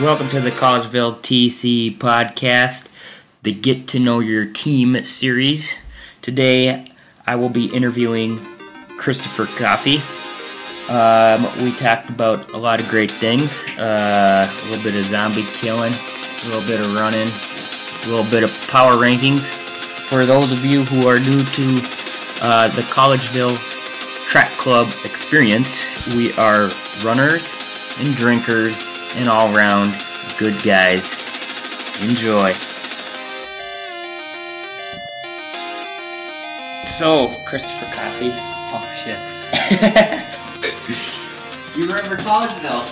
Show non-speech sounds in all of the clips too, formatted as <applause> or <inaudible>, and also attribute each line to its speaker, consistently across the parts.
Speaker 1: Welcome to the Collegeville TC podcast, the Get to Know Your Team series. Today, I will be interviewing Christopher Coffey. Um, we talked about a lot of great things uh, a little bit of zombie killing, a little bit of running, a little bit of power rankings. For those of you who are new to uh, the Collegeville Track Club experience, we are runners and drinkers and all round good guys. Enjoy. So, Christopher Coffee. Oh, shit. you remember Collegeville?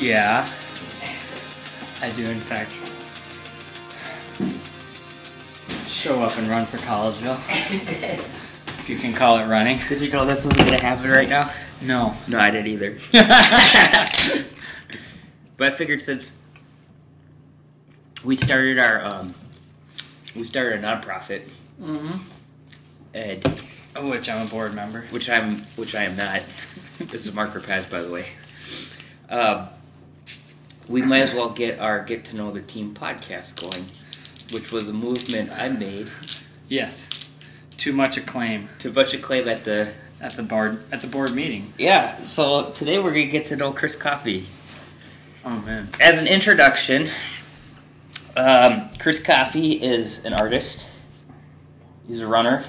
Speaker 1: Yeah.
Speaker 2: I do, in fact, show up and run for Collegeville. if you can call it running.
Speaker 1: Did you know this was going to happen right now?
Speaker 2: No.
Speaker 1: No, I didn't <laughs> either. But I figured since we started our um, we started a nonprofit, Mm-hmm. and
Speaker 2: Of which I'm a board member.
Speaker 1: which I'm which I am not. This is Marker Paz, by the way. Um, we might as well get our Get to Know the Team podcast going, which was a movement I made
Speaker 2: Yes. Too much acclaim
Speaker 1: to a bunch of claim at the
Speaker 2: at the board at the board meeting.
Speaker 1: yeah. So today we're gonna get to know Chris Coffee.
Speaker 2: Oh man. <laughs>
Speaker 1: as an introduction, um, Chris Coffey is an artist. He's a runner.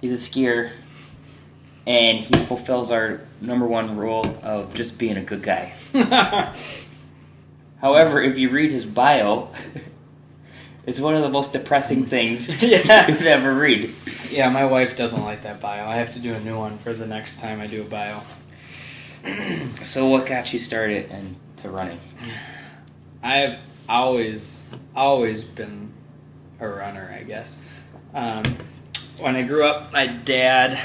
Speaker 1: He's a skier, and he fulfills our number one rule of just being a good guy. However, if you read his bio, <laughs> it's one of the most depressing <laughs> things
Speaker 2: Yeah.
Speaker 1: you could ever read.
Speaker 2: yeah, my wife doesn't like that bio. I have to do a new one for the next time I do a bio.
Speaker 1: So, what got you started into running?
Speaker 2: I've always, always been a runner, I guess. Um, when I grew up, my dad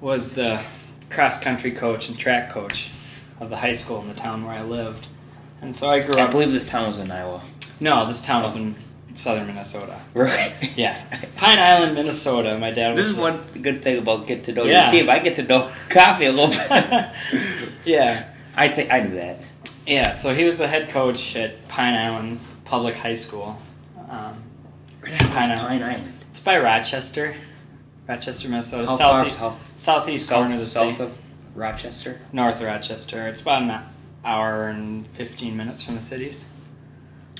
Speaker 2: was the cross country coach and track coach of the high school in the town where I lived. And so I grew
Speaker 1: I
Speaker 2: up.
Speaker 1: believe this town was in Iowa.
Speaker 2: No, this town was in southern Minnesota.
Speaker 1: <laughs> Right.
Speaker 2: Yeah. Pine Island, Minnesota. My dad was.
Speaker 1: This is
Speaker 2: the-
Speaker 1: one good thing about get to know
Speaker 2: Yeah.
Speaker 1: your team. I get to know <laughs> Coffee a little bit.
Speaker 2: yeah.
Speaker 1: I think I knew that.
Speaker 2: Yeah, so he was the head coach at Pine Island Public High School. Um, Pine Island.
Speaker 1: Pine Island.
Speaker 2: It's by Rochester, Rochester, Minnesota.
Speaker 1: How far
Speaker 2: southeast,
Speaker 1: south?
Speaker 2: southeast corner of the
Speaker 1: south
Speaker 2: state.
Speaker 1: of Rochester.
Speaker 2: North of Rochester. It's about an hour and fifteen minutes from the cities.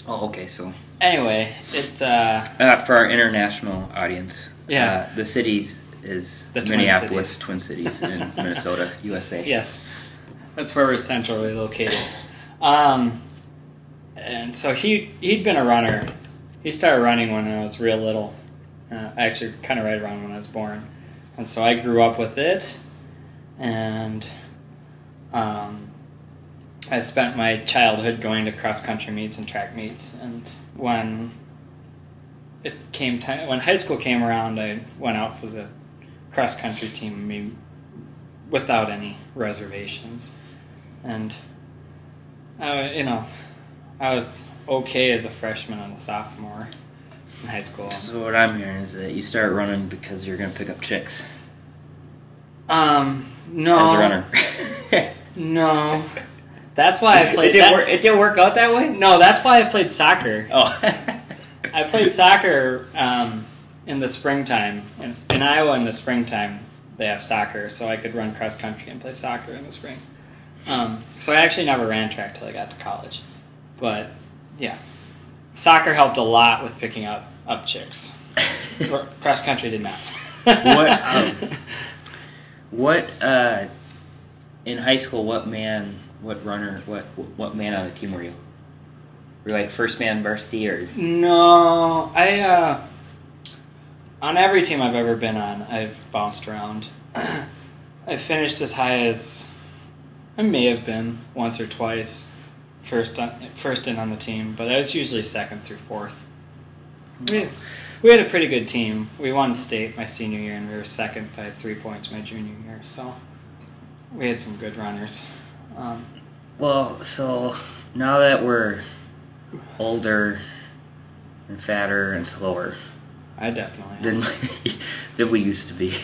Speaker 1: Oh, okay. So
Speaker 2: Anyway, it's uh,
Speaker 1: uh, for our international audience,
Speaker 2: Yeah.
Speaker 1: uh, the cities is
Speaker 2: The Twin
Speaker 1: Minneapolis, Twin Cities,
Speaker 2: <laughs>
Speaker 1: in Minnesota, USA.
Speaker 2: yes, that's where we're centrally located. Um, and so he he'd been a runner. He started running when I was real little, uh, actually, kind of right around when I was born, and so I grew up with it, and um, I spent my childhood going to cross country meets and track meets, and when it came time when high school came around, I went out for the cross country team. I mean, without any reservations, and I, you know, I was okay as a freshman and a sophomore in high school.
Speaker 1: So what I'm hearing is that you start running because you're gonna pick up chicks
Speaker 2: Um, no,
Speaker 1: as a
Speaker 2: <laughs>
Speaker 1: runner.
Speaker 2: no, that's why I
Speaker 1: <laughs>
Speaker 2: played.
Speaker 1: it didn't
Speaker 2: that-
Speaker 1: work. It didn't work out that way.
Speaker 2: No, that's why I played soccer.
Speaker 1: Oh.
Speaker 2: <laughs> I played soccer um, in the springtime. In, in Iowa, in the springtime, they have soccer, so I could run cross country and play soccer in the spring. Um, so I actually never ran track till I got to college, but yeah, soccer helped a lot with picking up up chicks. Cro- cross country did not.
Speaker 1: What,
Speaker 2: <laughs>
Speaker 1: um, What uh, in high school? What man? What runner? What what man on the team were you? Were you like first man varsity or?
Speaker 2: No, I uh on every team I've ever been on, I've bounced around. <clears throat> I finished as high as I may have been once or twice first on, first in on the team, but I was usually second through fourth. We, we had a pretty good team. We won state my senior year and we were second by 3 points my junior year, so we had some good runners. Um,
Speaker 1: Well, so now that we're older and fatter and slower
Speaker 2: I definitely
Speaker 1: than <laughs> than we used to be, <laughs>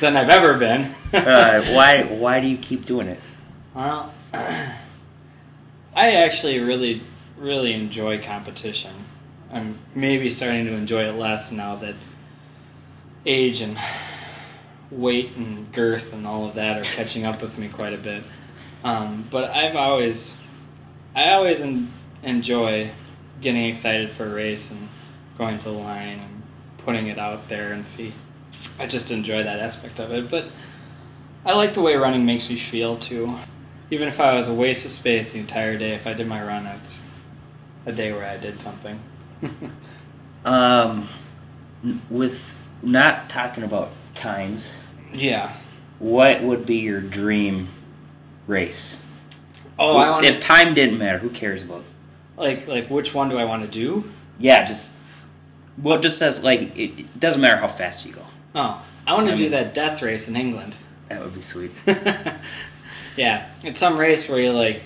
Speaker 2: than I've ever been.
Speaker 1: uh, why why do you keep doing it?
Speaker 2: Well, <clears throat> I actually really, really enjoy competition. I'm maybe starting to enjoy it less now that age and <sighs> weight and girth and all of that are catching up with me quite a bit. Um, but I've always, I always en- enjoy getting excited for a race and going to the line and putting it out there and see. I just enjoy that aspect of it. But I like the way running makes me feel too. Even if I was a waste of space the entire day, if I did my run, it's a day where I
Speaker 1: <laughs>
Speaker 2: did something.
Speaker 1: Um, n- with not talking about times,
Speaker 2: yeah.
Speaker 1: what would be your dream race?
Speaker 2: Oh, I want
Speaker 1: if
Speaker 2: to
Speaker 1: time didn't matter, who cares about?
Speaker 2: like like which one do I want to do?
Speaker 1: Yeah, just well, just as like it, it doesn't matter how fast you go.
Speaker 2: Oh, I want to
Speaker 1: I
Speaker 2: do
Speaker 1: mean-
Speaker 2: that death race
Speaker 1: <laughs>
Speaker 2: in England.
Speaker 1: That would be sweet.
Speaker 2: yeah, it's some race where you like,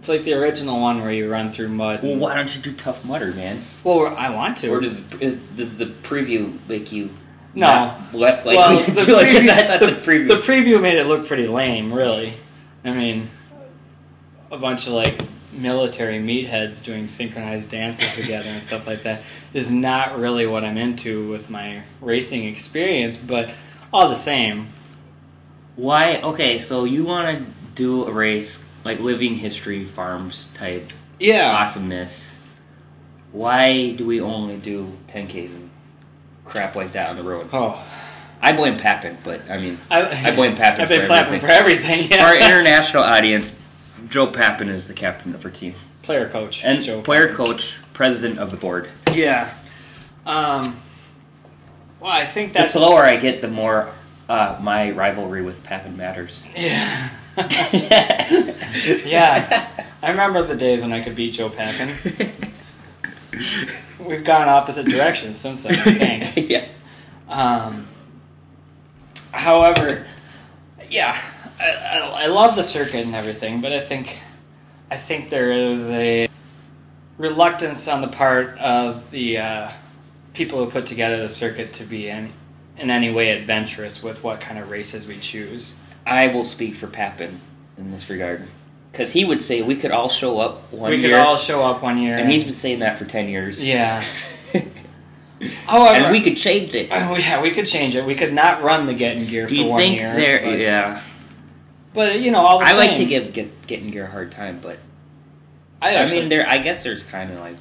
Speaker 2: it's like the original one where you run through mud.
Speaker 1: Well,
Speaker 2: and-
Speaker 1: why don't you do Tough Mudder, man?
Speaker 2: Well, I want to.
Speaker 3: Or does is- does the preview make you
Speaker 2: No.
Speaker 3: not less likely
Speaker 1: <laughs>
Speaker 2: well,
Speaker 3: to
Speaker 2: the
Speaker 3: do it? Because
Speaker 2: preview-
Speaker 3: I thought the, preview.
Speaker 2: the preview made it look pretty lame, really. I mean, a bunch of like military meatheads doing synchronized dances together and stuff like that is not really what I'm into with my racing experience, but all the same,
Speaker 1: Why? Okay, so you want to do a race like living history farms type
Speaker 2: yeah.
Speaker 1: awesomeness. Why do we only do 10Ks and crap like that on the road?
Speaker 2: Oh,
Speaker 1: I blame Pappin, but I mean,
Speaker 2: I,
Speaker 1: I blame Pappin
Speaker 2: I've been
Speaker 1: for
Speaker 2: clapping
Speaker 1: everything.
Speaker 2: for everything.
Speaker 1: for
Speaker 2: Yeah. <laughs>
Speaker 1: our international audience, Joe Pappin is the captain of our team
Speaker 2: player coach
Speaker 1: and
Speaker 2: Joe
Speaker 1: player
Speaker 2: Pappin.
Speaker 1: coach, president of the board.
Speaker 2: Yeah. Um. Well, I think
Speaker 1: The
Speaker 2: that's
Speaker 1: slower I get, the more uh, my rivalry with Pappin matters.
Speaker 2: yeah. <laughs>
Speaker 1: <laughs>
Speaker 2: yeah. I remember the days when I could beat Joe Pappin. We've gone opposite directions since then, I
Speaker 1: <laughs>
Speaker 2: think.
Speaker 1: yeah.
Speaker 2: Um, however, yeah, I, I, I love the circuit and everything, but I think I think there is a reluctance on the part of the uh, people who put together the circuit to be in in any way adventurous with what kind of races we choose.
Speaker 1: I will speak for Pappin in this regard. Because he would say we could all show up one
Speaker 2: we
Speaker 1: year.
Speaker 2: could all show up one year,
Speaker 1: and he's been saying that for 10 years.
Speaker 2: yeah.
Speaker 1: <laughs>
Speaker 2: However,
Speaker 1: and we could change it.
Speaker 2: Oh, <laughs> yeah, we could change it. We could not run the get in gear
Speaker 1: Do
Speaker 2: for
Speaker 1: you
Speaker 2: one
Speaker 1: think
Speaker 2: year.
Speaker 1: there?
Speaker 2: but,
Speaker 1: yeah,
Speaker 2: but you know, all the
Speaker 1: I like to
Speaker 2: same,
Speaker 1: give get, getting gear a hard time, but
Speaker 2: I,
Speaker 1: I
Speaker 2: actually,
Speaker 1: mean, there. I guess there's kind of like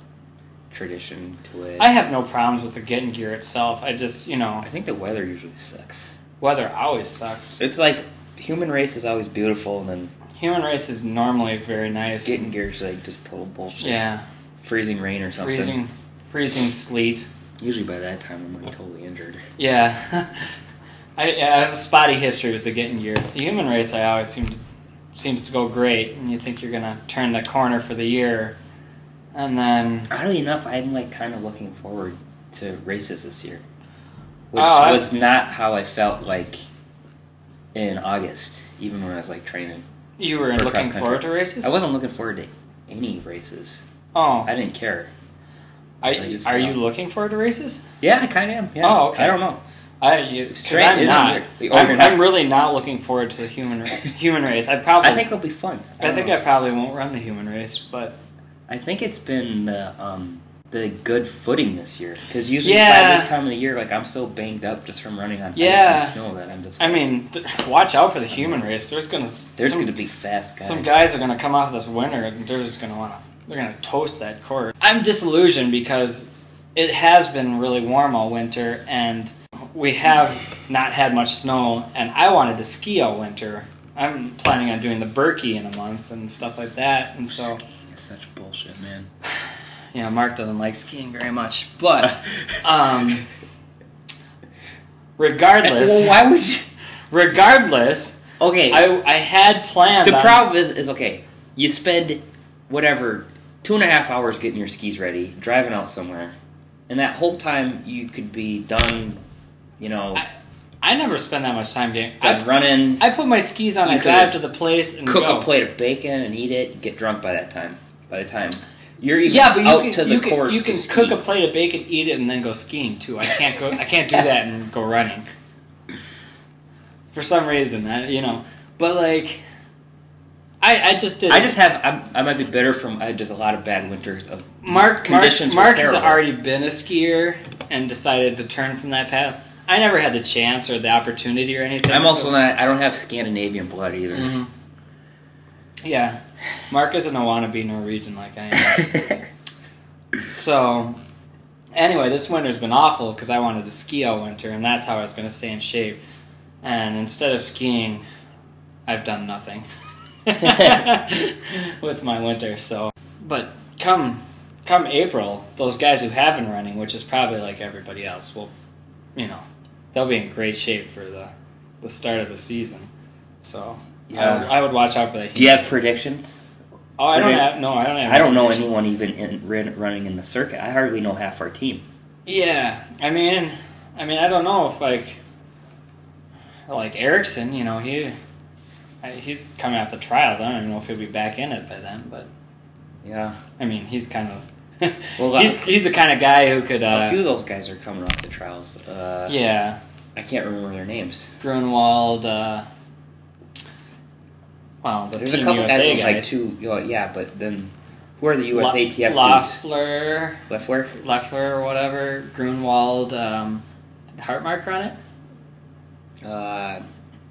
Speaker 1: tradition to it.
Speaker 2: I have no problems with the getting gear itself. I just, you know,
Speaker 1: I think the weather usually sucks.
Speaker 2: weather always sucks.
Speaker 1: It's like human race is always beautiful, and then
Speaker 2: Human race is normally very nice.
Speaker 1: getting gear is like just total bullshit.
Speaker 2: yeah,
Speaker 1: freezing rain or something.
Speaker 2: freezing, freezing sleet.
Speaker 1: Usually by that time, I'm like totally injured.
Speaker 2: Yeah, <laughs> I, I have a spotty history with the getting gear. The human race, I always seem to, seems to go great, and you think you're gonna turn the corner for the year, and then
Speaker 1: Oddly enough, I'm like kind of looking forward to races this year, which
Speaker 2: Oh, I-
Speaker 1: was not how I felt like in August, even when I was like training.
Speaker 2: you
Speaker 1: For
Speaker 2: were
Speaker 1: cross
Speaker 2: looking
Speaker 1: country.
Speaker 2: forward to races.
Speaker 1: I wasn't looking forward to any races.
Speaker 2: Oh,
Speaker 1: I didn't care.
Speaker 2: I,
Speaker 1: I just-
Speaker 2: are you looking forward to races?
Speaker 1: Yeah, I kind of am. Yeah.
Speaker 2: Oh, okay.
Speaker 1: I don't know.
Speaker 2: I you, 'cause
Speaker 1: Straight
Speaker 2: I'm
Speaker 1: isn't
Speaker 2: not.
Speaker 1: weird. Oh, you're
Speaker 2: I'm,
Speaker 1: not.
Speaker 2: I'm really not looking forward to the human
Speaker 1: <laughs>
Speaker 2: ra- human race. I probably
Speaker 1: I think it'll be fun.
Speaker 2: I,
Speaker 1: don't
Speaker 2: think
Speaker 1: know.
Speaker 2: I probably won't run the human race, but
Speaker 1: I think it's been the um the good footing this year because usually by
Speaker 2: Yeah.
Speaker 1: this time of the year, like I'm so banged up just from running on ice
Speaker 2: Yeah.
Speaker 1: and snow that I'm just.
Speaker 2: I mean, th- watch out for the human race. There's gonna s-
Speaker 1: there's
Speaker 2: some,
Speaker 1: going to be fast guys.
Speaker 2: some guys are gonna come off this winter and they're just gonna wanna they're gonna toast that course. I'm disillusioned because it has been really warm all winter and we have not had much snow and I wanted to ski all winter. I'm planning on doing the Berkey in a month and stuff like that, and so.
Speaker 1: Skiing is such bullshit, man.
Speaker 2: Yeah, Mark doesn't like skiing very much, but
Speaker 1: <laughs>
Speaker 2: um, regardless,
Speaker 1: well, why would you?
Speaker 2: regardless,
Speaker 1: Okay,
Speaker 2: I I had planned.
Speaker 1: the
Speaker 2: on-
Speaker 1: problem is is okay. You spend whatever two and a half hours getting your skis ready, driving out somewhere, and that whole time you could be done. You know,
Speaker 2: I- I never spend that much time getting.
Speaker 1: done
Speaker 2: I,
Speaker 1: running.
Speaker 2: I put my skis on.
Speaker 1: You
Speaker 2: I
Speaker 1: could
Speaker 2: drive to the place and
Speaker 1: cook
Speaker 2: go.
Speaker 1: a plate of bacon and eat it. Get drunk by that time. By the time you're even
Speaker 2: Yeah, but you
Speaker 1: out
Speaker 2: can,
Speaker 1: to the
Speaker 2: you can,
Speaker 1: course,
Speaker 2: you
Speaker 1: to
Speaker 2: can
Speaker 1: ski.
Speaker 2: cook a plate of bacon, eat it, and then go skiing too. I can't go. I
Speaker 1: <laughs>
Speaker 2: can't do that and go running. For some reason, I, you know, but like, I, I just did.
Speaker 4: I just have I'm, I might be better from I had just a lot of bad winters of
Speaker 2: Mark
Speaker 4: conditions were
Speaker 2: Mark, Mark has
Speaker 4: terrible.
Speaker 2: already been a skier and decided to turn from that path. I never had the chance or the opportunity or anything.
Speaker 4: I'm also
Speaker 2: so-
Speaker 4: not I don't have Scandinavian blood either.
Speaker 1: <laughs>
Speaker 2: Mhm. Yeah, Mark isn't a wannabe Norwegian like
Speaker 4: <laughs>
Speaker 2: I am. So, anyway, this winter's been awful because I wanted to ski all winter, and that's how I was going to stay in shape. And instead of skiing, I've done nothing <laughs> with my winter. So, but come come April, those guys who have been running, which is probably like everybody else, will you know they'll be in great shape for the the start of the season. So. I, would,
Speaker 4: Yeah.
Speaker 2: I would watch out for that.
Speaker 4: Do you have
Speaker 2: predict?
Speaker 4: predictions?
Speaker 2: Oh, I don't
Speaker 4: predict-
Speaker 2: have. No, I don't have.
Speaker 4: I don't know
Speaker 2: predictions.
Speaker 4: anyone even in, ran- running in the circuit. I hardly know half our team.
Speaker 2: Yeah, I mean, I mean, I don't know if like, like Erickson, you know, he I- he's coming off the trials. I don't even know if he'll be back in it by then. But
Speaker 4: Yeah,
Speaker 2: I mean, he's kind of <laughs>
Speaker 4: Well,
Speaker 2: he's he's the kind of guy who could.
Speaker 4: a few
Speaker 2: Uh,
Speaker 4: of those guys are coming off the trials. Uh,
Speaker 2: yeah,
Speaker 4: I can't remember their names.
Speaker 2: Grunwald. Uh, well, the
Speaker 4: There's
Speaker 2: Team
Speaker 4: a couple guys,
Speaker 2: USA
Speaker 4: with, like
Speaker 2: guys.
Speaker 4: two. oh, yeah, but then who are the USATF
Speaker 2: La-
Speaker 4: dudes?
Speaker 2: Loeffler,
Speaker 4: Leffler.
Speaker 2: Leffler or whatever, Grunwald, um, Hartmark on it.
Speaker 4: Uh,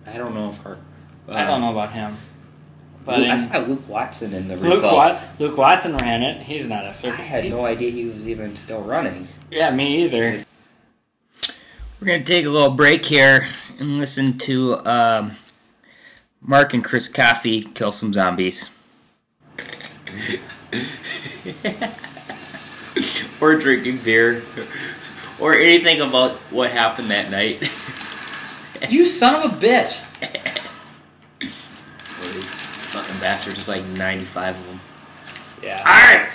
Speaker 4: I don't know if her.
Speaker 2: I don't know about him.
Speaker 4: But Uh, I
Speaker 2: in-
Speaker 4: saw Luke Watson in the
Speaker 2: Luke,
Speaker 4: results.
Speaker 2: Wat- Luke Watson ran it. He's not a
Speaker 4: I
Speaker 2: circuit.
Speaker 4: had no idea he was even still running.
Speaker 2: yeah, me either.
Speaker 4: We're going to take a little break here and listen to um, Mark and Chris Coffee kill some zombies. <laughs> or drinking beer. Or anything about what happened that <laughs> night.
Speaker 2: you son of a bitch!
Speaker 4: Well, these fucking bastards, there's like 95 of them.
Speaker 2: Yeah.
Speaker 4: Alright!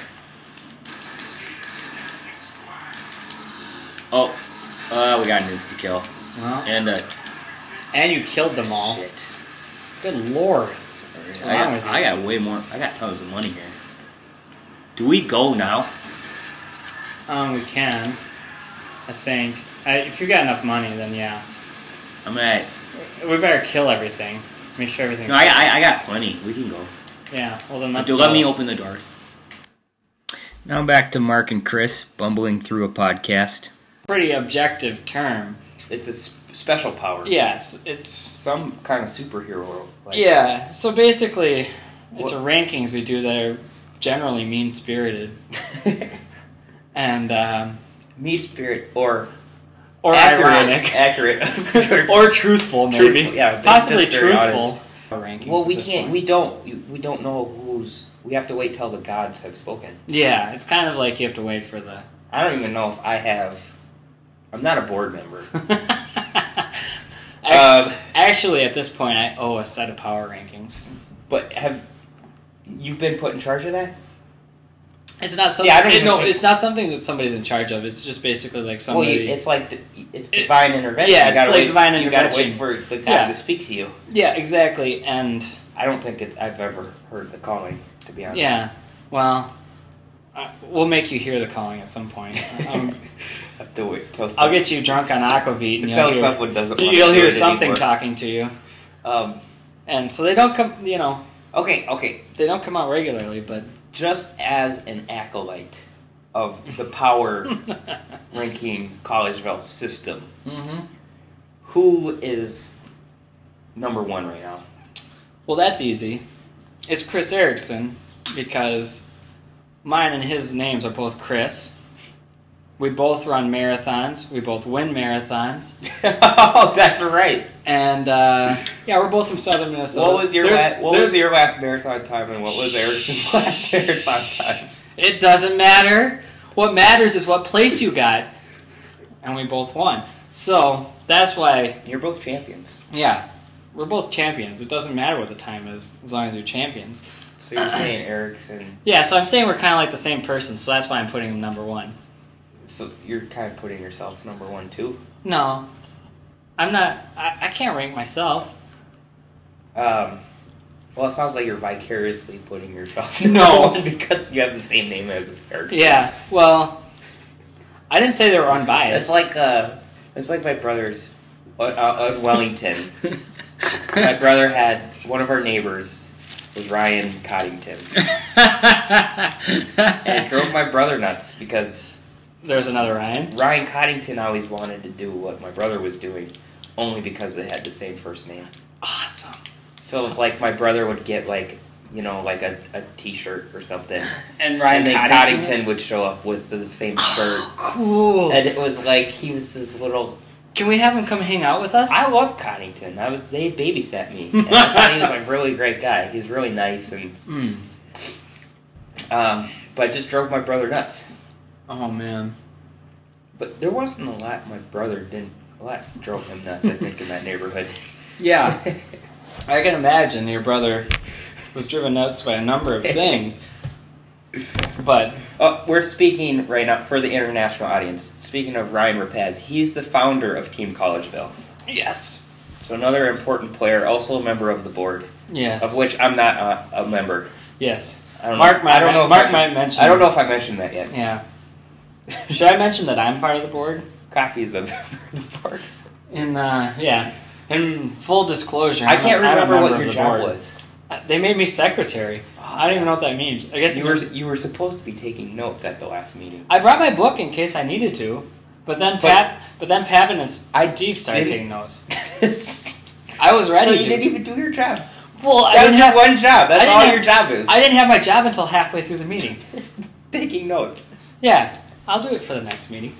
Speaker 4: Oh, uh, we got an insta kill.
Speaker 2: Well,
Speaker 4: And uh,
Speaker 2: and you killed them all.
Speaker 4: shit.
Speaker 2: Good lord.
Speaker 4: I
Speaker 2: wrong
Speaker 4: got,
Speaker 2: with you?
Speaker 4: I got way more. I got tons of money here. Do we go now?
Speaker 2: Um, we can. I think. I, if you got enough money, then yeah.
Speaker 4: I'm gonna.
Speaker 2: We better kill everything. Make sure everything's.
Speaker 4: No, I, I, I got plenty. We can go.
Speaker 2: yeah, well then let's
Speaker 4: Do
Speaker 2: do
Speaker 4: let
Speaker 2: it.
Speaker 4: me open the doors. Now back to Mark and Chris bumbling through a podcast.
Speaker 2: Pretty objective term.
Speaker 1: It's a s- special power.
Speaker 2: Yes, it's.
Speaker 1: Some kind of superhero. Like,
Speaker 2: Yeah, so basically, it's
Speaker 1: What-
Speaker 2: a rankings we do that are generally mean
Speaker 4: <laughs>
Speaker 2: spirited. and, um.
Speaker 1: Meat spirit or
Speaker 2: Or
Speaker 1: <laughs>
Speaker 2: ironic.
Speaker 1: accurate.
Speaker 2: <laughs> or truthful, maybe.
Speaker 1: Truthful, yeah,
Speaker 2: possibly
Speaker 1: that's very
Speaker 2: truthful.
Speaker 1: <laughs>
Speaker 2: Rankings
Speaker 1: well,
Speaker 2: at
Speaker 1: we
Speaker 2: this
Speaker 1: can't.
Speaker 2: point.
Speaker 1: We don't. We don't know who's. We have to wait till the gods have spoken.
Speaker 2: yeah, it's kind of like you have to wait for the. <laughs>
Speaker 1: I don't even know if I have. I'm not a board member.
Speaker 2: actually,
Speaker 1: um,
Speaker 2: actually, at this point, I owe a set of power rankings.
Speaker 1: but have you've been put in charge of that?
Speaker 2: It's not something.
Speaker 1: Yeah, I don't even
Speaker 2: no,
Speaker 1: think-
Speaker 2: it's not something that somebody's in charge of. It's just basically like somebody.
Speaker 1: Well, you, it's like di- it's
Speaker 2: It-
Speaker 1: divine intervention.
Speaker 2: yeah,
Speaker 1: You
Speaker 2: it's
Speaker 1: gotta
Speaker 2: like
Speaker 1: wait-
Speaker 2: divine
Speaker 1: You gotta wait
Speaker 2: intervention.
Speaker 1: for the god
Speaker 2: Yeah.
Speaker 1: to speak to you.
Speaker 2: yeah, exactly, and
Speaker 1: I don't think it's, I've ever heard the calling, to be honest. <laughs>
Speaker 2: yeah, well, I, we'll make you hear the calling at some <laughs> point. Um,
Speaker 1: Have to wait till
Speaker 2: I'll
Speaker 1: some-
Speaker 2: get you drunk on aquavit, and
Speaker 1: until
Speaker 2: you'll hear,
Speaker 1: someone doesn't. wanna
Speaker 2: you'll
Speaker 1: do
Speaker 2: hear
Speaker 1: it
Speaker 2: something
Speaker 1: anymore.
Speaker 2: talking to you.
Speaker 1: Um,
Speaker 2: And so they don't come, you know,
Speaker 1: okay, okay.
Speaker 2: they don't come out regularly, but
Speaker 1: <laughs> Just as an acolyte of the
Speaker 2: <laughs>
Speaker 1: power
Speaker 2: mm-hmm.
Speaker 1: ranking Collegeville system, who is number one right now? <laughs>
Speaker 2: Well, that's easy. It's Chris Erickson because mine and his names are both Chris. We both run marathons. We both win marathons,
Speaker 1: oh, that's right.
Speaker 2: and uh, yeah, we're both from Southern Minnesota.
Speaker 1: what was your
Speaker 2: There-
Speaker 1: la- what
Speaker 2: there-
Speaker 1: was your last marathon time, and what was Erickson's <laughs> last marathon time?
Speaker 2: It doesn't matter. What matters is what place you got, and we both won. So that's why,
Speaker 1: You're both champions,
Speaker 2: yeah, we're both champions. It doesn't matter what the time is, as long as you're champions.
Speaker 1: so you're saying Erickson.
Speaker 2: Yeah, so I'm saying we're kind of like the same person, so that's why I'm putting him number one.
Speaker 1: So you're kind of putting yourself number one too.
Speaker 2: No, I'm not. I, I can't rank myself.
Speaker 1: Um, well, it sounds like you're vicariously putting yourself. <laughs>
Speaker 2: No.
Speaker 1: number one because you have the same name as Erickson.
Speaker 2: Yeah. Well, I didn't say they were
Speaker 1: it's
Speaker 2: unbiased.
Speaker 1: like uh, it's like my brother's
Speaker 2: <laughs>
Speaker 1: uh, uh, in Wellington. my brother had one of our neighbors was Ryan Coddington. and it
Speaker 2: There's
Speaker 1: drove my brother nuts because
Speaker 2: another Ryan.
Speaker 1: Ryan Coddington always wanted to do what my brother was doing, only because they had the same first name.
Speaker 2: Awesome.
Speaker 1: So it's like my brother would get like you know like a, a T-shirt or
Speaker 2: <laughs>
Speaker 1: something,
Speaker 2: And Ryan
Speaker 1: and then
Speaker 2: Coddington. Oh.
Speaker 1: Coddington would show up with the same shirt.
Speaker 2: Cool.
Speaker 1: And it was like he was this little.
Speaker 2: Can we have him come hang out with us?
Speaker 1: I love Coddington. I was they babysat me. And I thought he was a really great guy. He was really nice and
Speaker 2: Mm.
Speaker 1: um, but it just drove my brother nuts.
Speaker 2: Oh man.
Speaker 1: But there wasn't a lot my brother didn't a lot drove him nuts. I think in that neighborhood. <laughs>
Speaker 2: Yeah, I can imagine your brother was driven nuts by a
Speaker 1: <laughs>
Speaker 2: number of things. But
Speaker 1: Uh, we're speaking right now for the international audience. Speaking of Ryan Rapaz, he's the founder of Team Collegeville.
Speaker 2: yes,
Speaker 1: So another important player, also a member of the board, of
Speaker 2: yes,
Speaker 1: which I'm not uh, a member.
Speaker 2: yes.
Speaker 1: I don't
Speaker 2: Mark
Speaker 1: know. I
Speaker 2: might.
Speaker 1: don't know.
Speaker 2: Mark
Speaker 1: if I,
Speaker 2: might mention.
Speaker 1: I don't know if I mentioned that yet.
Speaker 2: Yeah. Should I mention that I'm part of the board?
Speaker 1: Coffee is a <laughs> member of the board.
Speaker 2: In uh, yeah. In full disclosure,
Speaker 1: I
Speaker 2: I'm a-
Speaker 1: can't
Speaker 2: I'm a
Speaker 1: remember
Speaker 2: member
Speaker 1: what
Speaker 2: of
Speaker 1: your
Speaker 2: the
Speaker 1: job
Speaker 2: board.
Speaker 1: was.
Speaker 2: Uh, They made me secretary. I don't even know what that means. I guess it
Speaker 1: You were
Speaker 2: means-
Speaker 1: you were supposed to be taking notes at the last meeting.
Speaker 2: I brought my book in case I needed to, but then
Speaker 1: But-
Speaker 2: Pat, but then Pavinus,
Speaker 1: I
Speaker 2: deep
Speaker 1: didn't-
Speaker 2: taking those.
Speaker 1: <laughs> so
Speaker 2: I was ready
Speaker 1: you
Speaker 2: to.
Speaker 1: didn't even do your job.
Speaker 2: well, I
Speaker 1: That
Speaker 2: didn't
Speaker 1: was
Speaker 2: have
Speaker 1: your one job. That's
Speaker 2: I
Speaker 1: all
Speaker 2: didn't
Speaker 1: your job is.
Speaker 2: I didn't have my job until halfway through the meeting.
Speaker 1: taking notes.
Speaker 2: Yeah, I'll do it for the next meeting.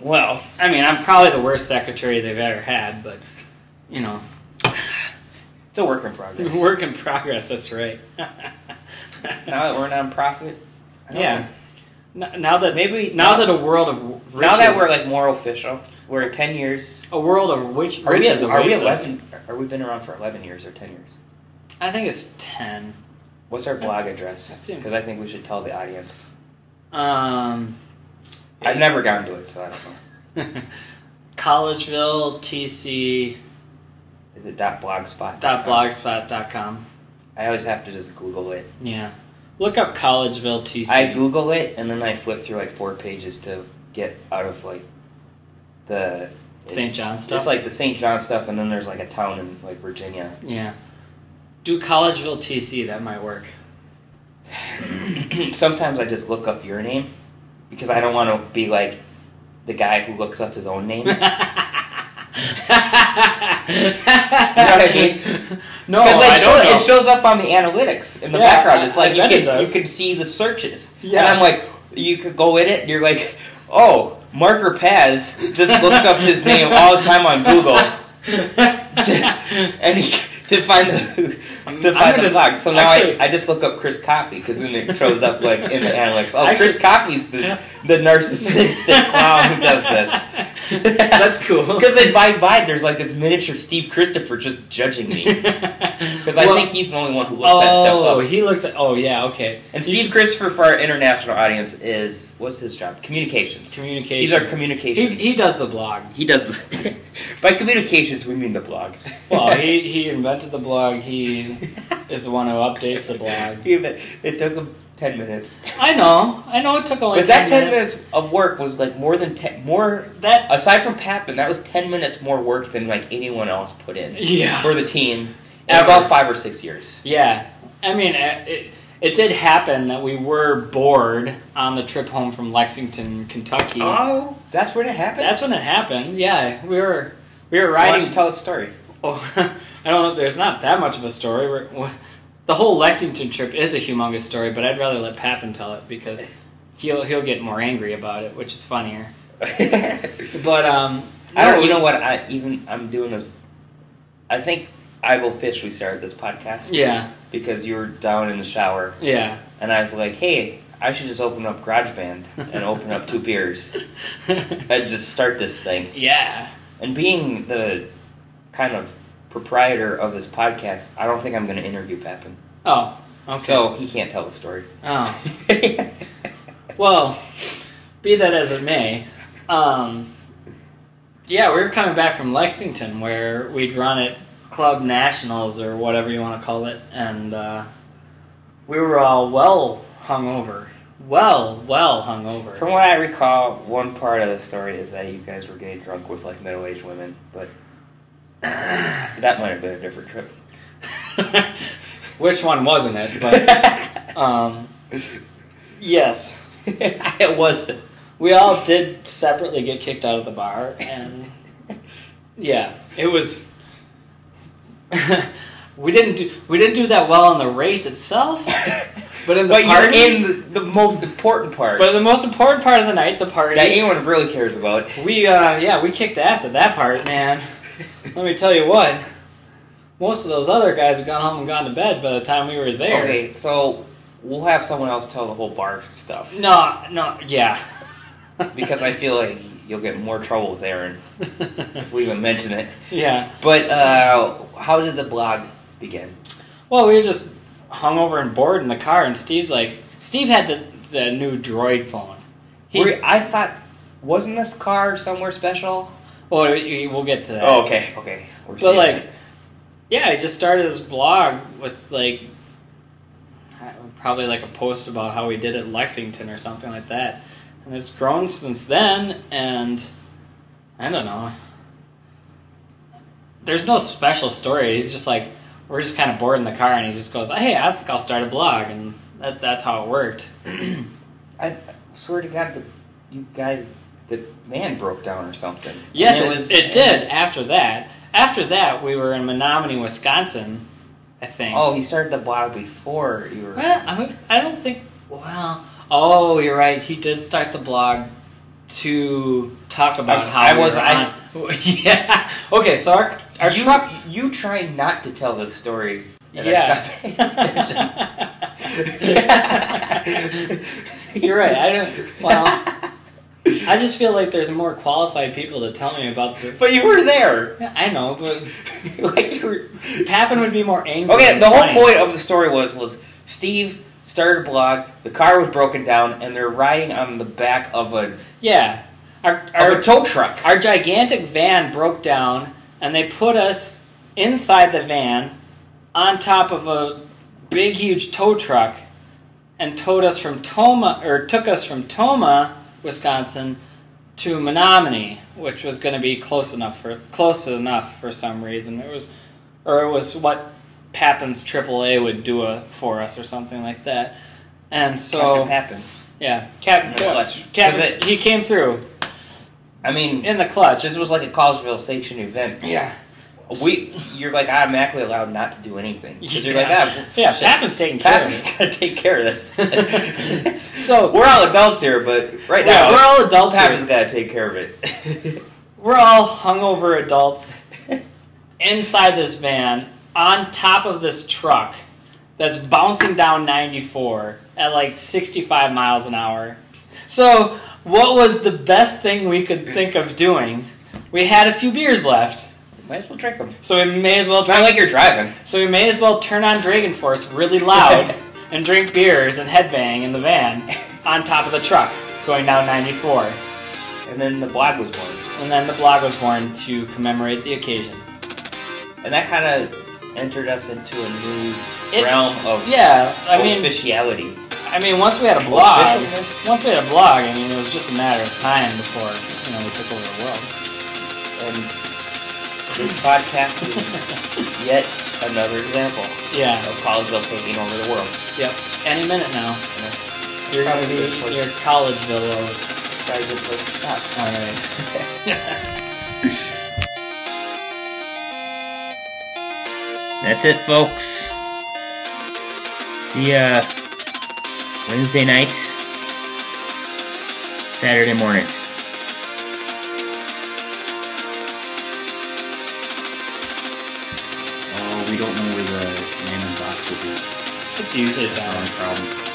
Speaker 1: Well,
Speaker 2: I mean, I'm probably the worst secretary they've ever had, but you know, <laughs>
Speaker 1: it's a work in progress.
Speaker 2: work in progress. That's right.
Speaker 1: now that we're a nonprofit. I don't
Speaker 2: yeah.
Speaker 1: know.
Speaker 2: N- now that
Speaker 1: Maybe-
Speaker 2: now that a world of riches,
Speaker 1: Now that we're like more official, we're in ten years.
Speaker 2: a world of which
Speaker 1: Are
Speaker 2: riches
Speaker 1: we? Are we
Speaker 2: awaits us.
Speaker 1: eleven? Are we been around for eleven years or ten years?
Speaker 2: I think it's ten.
Speaker 1: What's our blog address?
Speaker 2: That's it.
Speaker 1: Because I think we should tell the audience.
Speaker 2: Um,
Speaker 1: I've never gone to it, so I don't know.
Speaker 2: <laughs> Collegeville TC
Speaker 1: Is it dot blogspot?
Speaker 2: dot blogspot.com.
Speaker 1: I always have to just Google it.
Speaker 2: Yeah, look up Collegeville TC.
Speaker 1: I Google it and then I flip through like four pages to get out of like the
Speaker 2: St. John
Speaker 1: It's
Speaker 2: stuff.
Speaker 1: like the St. John stuff, and then there's like a town in like Virginia.
Speaker 2: Yeah. Do Collegeville TC, that might work. <laughs>
Speaker 1: <clears throat> Sometimes I just look up your name because I don't want to be like the guy who looks up his own
Speaker 2: <laughs>
Speaker 1: name.
Speaker 2: you know what I
Speaker 1: I mean?
Speaker 2: No,
Speaker 1: Because like,
Speaker 2: I don't
Speaker 1: show-
Speaker 2: know.
Speaker 1: it shows up on the analytics in the
Speaker 2: Yeah,
Speaker 1: background.
Speaker 2: I-
Speaker 1: It's like
Speaker 2: I
Speaker 1: you
Speaker 2: bet it
Speaker 1: can you
Speaker 2: does.
Speaker 1: can see the searches,
Speaker 2: Yeah.
Speaker 1: and I'm like, you could go in it, and you're like, oh, Marker Paz just looks up his name all the time on Google, and he, to find the to
Speaker 2: I'm
Speaker 1: find the
Speaker 2: gonna-
Speaker 1: blog. So now
Speaker 2: actually-
Speaker 1: I, I just look up Chris Coffee because then it shows up like in
Speaker 2: <laughs>
Speaker 1: the analytics. Oh, Chris
Speaker 2: Actually-
Speaker 1: Coffee's the the narcissistic clown who does this.
Speaker 2: <laughs> That's cool.
Speaker 1: Because then by by there's like this miniature Steve Christopher just judging
Speaker 2: <laughs>
Speaker 1: me because I
Speaker 2: Well,
Speaker 1: think he's the only one who looks
Speaker 2: oh,
Speaker 1: that stuff up.
Speaker 2: he looks at. Oh, yeah, okay.
Speaker 1: And
Speaker 2: You
Speaker 1: Steve
Speaker 2: should-
Speaker 1: Christopher for our international audience is what's his job? Communications.
Speaker 2: communication.
Speaker 1: These are
Speaker 2: he,
Speaker 1: communications.
Speaker 2: he does the blog.
Speaker 1: He does. The, <laughs> by communications, we mean the blog. <laughs>
Speaker 2: Well, he, he invented the blog. He is the one who updates the blog.
Speaker 1: He admit- it took him ten minutes,
Speaker 2: I know. I know it took only
Speaker 1: but that
Speaker 2: 10
Speaker 1: ten minutes. of work was like more than ten more.
Speaker 2: That.
Speaker 1: Aside from Patman, that was ten minutes more work than like anyone else put in
Speaker 2: Yeah.
Speaker 1: for the team in
Speaker 2: Ever.
Speaker 1: about five or six years.
Speaker 2: Yeah, I mean, uh, it, it did happen that we were bored on the trip home from Lexington, Kentucky.
Speaker 1: Oh, that's when it happened.
Speaker 2: That's when it happened. Yeah, we were we were
Speaker 1: Why don't you
Speaker 2: riding.
Speaker 1: tell a <laughs> story?
Speaker 2: oh, <laughs> I don't know. There's not that much of a story. We're, we the whole Lexington trip is a humongous story, but I'd rather let Papin tell it because he'll he'll get more angry about it, which is funnier. But um,
Speaker 1: I don't.
Speaker 2: no,
Speaker 1: You know what? I even I'm doing this. I think I've officially started this podcast
Speaker 2: Yeah,
Speaker 1: because you were down in the shower
Speaker 2: yeah. <laughs>
Speaker 1: and I was like, "Hey, I should just open up GarageBand and open up two beers and just start this thing."
Speaker 2: yeah.
Speaker 1: And being the kind of proprietor of this podcast, I don't think I'm going to interview Pappin,
Speaker 2: Oh. Okay.
Speaker 1: so he can't tell the story.
Speaker 2: <laughs> Oh. Well, be that as it may, um, yeah, we were coming back from Lexington where we'd run at Club Nationals or whatever you want to call it, and uh, we were all well hungover. Well, well hungover. <laughs>
Speaker 1: From what I recall, one part of the story is that you guys were <sighs> getting drunk with like middle aged women, but that might have been a different trip.
Speaker 2: Which one wasn't <laughs> it? But um, yes,
Speaker 1: it was.
Speaker 2: we all did separately get kicked out of the bar,
Speaker 1: <laughs>
Speaker 2: and yeah, it was. <laughs> we didn't do, we didn't do that well in the race itself, but in the
Speaker 1: But you're
Speaker 2: party.
Speaker 1: in the, the most important part
Speaker 2: but the most important part of the night, the party.
Speaker 1: that anyone really cares about.
Speaker 2: We uh yeah, we kicked ass at that part, man. Let me tell you what. Most of those other guys have gone home and gone to bed by the time we were there.
Speaker 1: Okay, so we'll have someone else tell the whole bar stuff
Speaker 2: No, no, yeah. <laughs>
Speaker 1: because I feel like you'll get more trouble with Aaron if we even mention it.
Speaker 2: yeah.
Speaker 1: But uh, how did the blog begin?
Speaker 2: Well, we were just hung over and bored in the car and Steve's like Steve had the the new droid phone. He,
Speaker 1: Were- I thought wasn't this car somewhere special?
Speaker 2: well, we- we'll get to that.
Speaker 1: Oh, okay, okay. We're
Speaker 2: But
Speaker 1: seeing
Speaker 2: like,
Speaker 1: it.
Speaker 2: yeah, I just started this blog with like I- probably like a post about how we did at Lexington or something like that, and it's grown since then. And I don't know. There's no special story. He's just like we're just kind of bored in the car, and he just goes, "Hey, I think I'll start a blog," and that, that's how
Speaker 1: <clears throat>
Speaker 2: it worked.
Speaker 1: I swear to God, the, you guys, the man broke down or something.
Speaker 2: Yes,
Speaker 1: And
Speaker 2: it, it did. After that, after that, we were in Menominee, Wisconsin, I think.
Speaker 1: Oh, he started the blog before you were.
Speaker 2: Well, I, would- I don't think. Well, oh, you're right. He did start the blog to talk
Speaker 1: I
Speaker 2: about
Speaker 1: was-
Speaker 2: how
Speaker 1: I
Speaker 2: we
Speaker 1: was-
Speaker 2: were
Speaker 1: I
Speaker 2: on-
Speaker 1: s-
Speaker 2: <laughs> yeah. Okay, so our, our
Speaker 1: you,
Speaker 2: truck.
Speaker 1: You try not to tell this story. and I stopped paying
Speaker 2: <laughs> Yeah.
Speaker 1: attention.
Speaker 2: <laughs> you're right. I don't. Well, I just feel like there's more qualified people to tell me about the.
Speaker 1: <laughs> but you were there. <laughs>
Speaker 2: Yeah, I know, but
Speaker 1: like you were.
Speaker 2: Papin would be more angry.
Speaker 1: Okay,
Speaker 2: than
Speaker 1: the whole
Speaker 2: funny.
Speaker 1: point of the story was was Steve started a blog. The car was broken down, and they're riding on the back of a
Speaker 2: Yeah, our our
Speaker 1: of a tow truck.
Speaker 2: Our gigantic van broke down, and they put us inside the van on top of a big, huge tow truck and towed us from Toma, or took us from Toma, Wisconsin, to Menominee, which was going to be close enough for close enough for some reason. It was, or it was what Pappin's AAA would do uh for us, or something like that. And so,
Speaker 1: happened.
Speaker 2: yeah, Captain
Speaker 1: Yeah. Clutch. Was
Speaker 2: Captain,
Speaker 1: it-
Speaker 2: he came through
Speaker 1: I mean,
Speaker 2: in the clutch.
Speaker 1: this was like a Collegeville Station event.
Speaker 2: Yeah.
Speaker 1: We, you're like automatically allowed not to do anything because you're like,
Speaker 2: Yeah.
Speaker 1: ah,
Speaker 2: Yeah,
Speaker 1: shit,
Speaker 2: Pappin's taking care of
Speaker 1: Pappin's <laughs>
Speaker 2: it.
Speaker 1: gotta take care of this. <laughs>
Speaker 2: So
Speaker 1: we're all adults here, but right
Speaker 2: yeah,
Speaker 1: now,
Speaker 2: we're all adults
Speaker 1: Pappin's
Speaker 2: here.
Speaker 1: gotta take care of it.
Speaker 2: We're all hungover adults inside this van on top of this truck that's bouncing down 94 at like 65 miles an hour. So, what was the best thing we could think of doing? We had a few beers left,
Speaker 1: <laughs> Might as well drink them.
Speaker 2: so we may as well
Speaker 1: It's not like you're driving.
Speaker 2: So we may as well turn on Dragon Force really loud <laughs> and drink beers and headbang in the van on top of the truck going down 94.
Speaker 1: And then the blog was born,
Speaker 2: And then the blog was born to commemorate the occasion.
Speaker 1: and that kind of entered us into a new
Speaker 2: It-
Speaker 1: realm of
Speaker 2: Yeah, I mean,
Speaker 1: officiality.
Speaker 2: I mean, once we had a blog,
Speaker 1: Officialness.
Speaker 2: once we had a blog, I mean, it was just a matter of time before you know we took over the world.
Speaker 1: and this podcast is
Speaker 2: <laughs>
Speaker 1: yet another example
Speaker 2: Yeah,
Speaker 1: of Collegeville taking over the world.
Speaker 2: yep. Any minute now,
Speaker 1: Yeah.
Speaker 2: you're gonna
Speaker 1: Probably
Speaker 2: be
Speaker 1: good for-
Speaker 2: your college billows.
Speaker 1: It's got a good place to stop.
Speaker 2: All right.
Speaker 4: <laughs> That's it, folks. See ya Wednesday nights, Saturday mornings.
Speaker 5: Oh, we don't know where the random box will be.
Speaker 2: It's usually
Speaker 5: That's the
Speaker 2: down.
Speaker 5: only problem.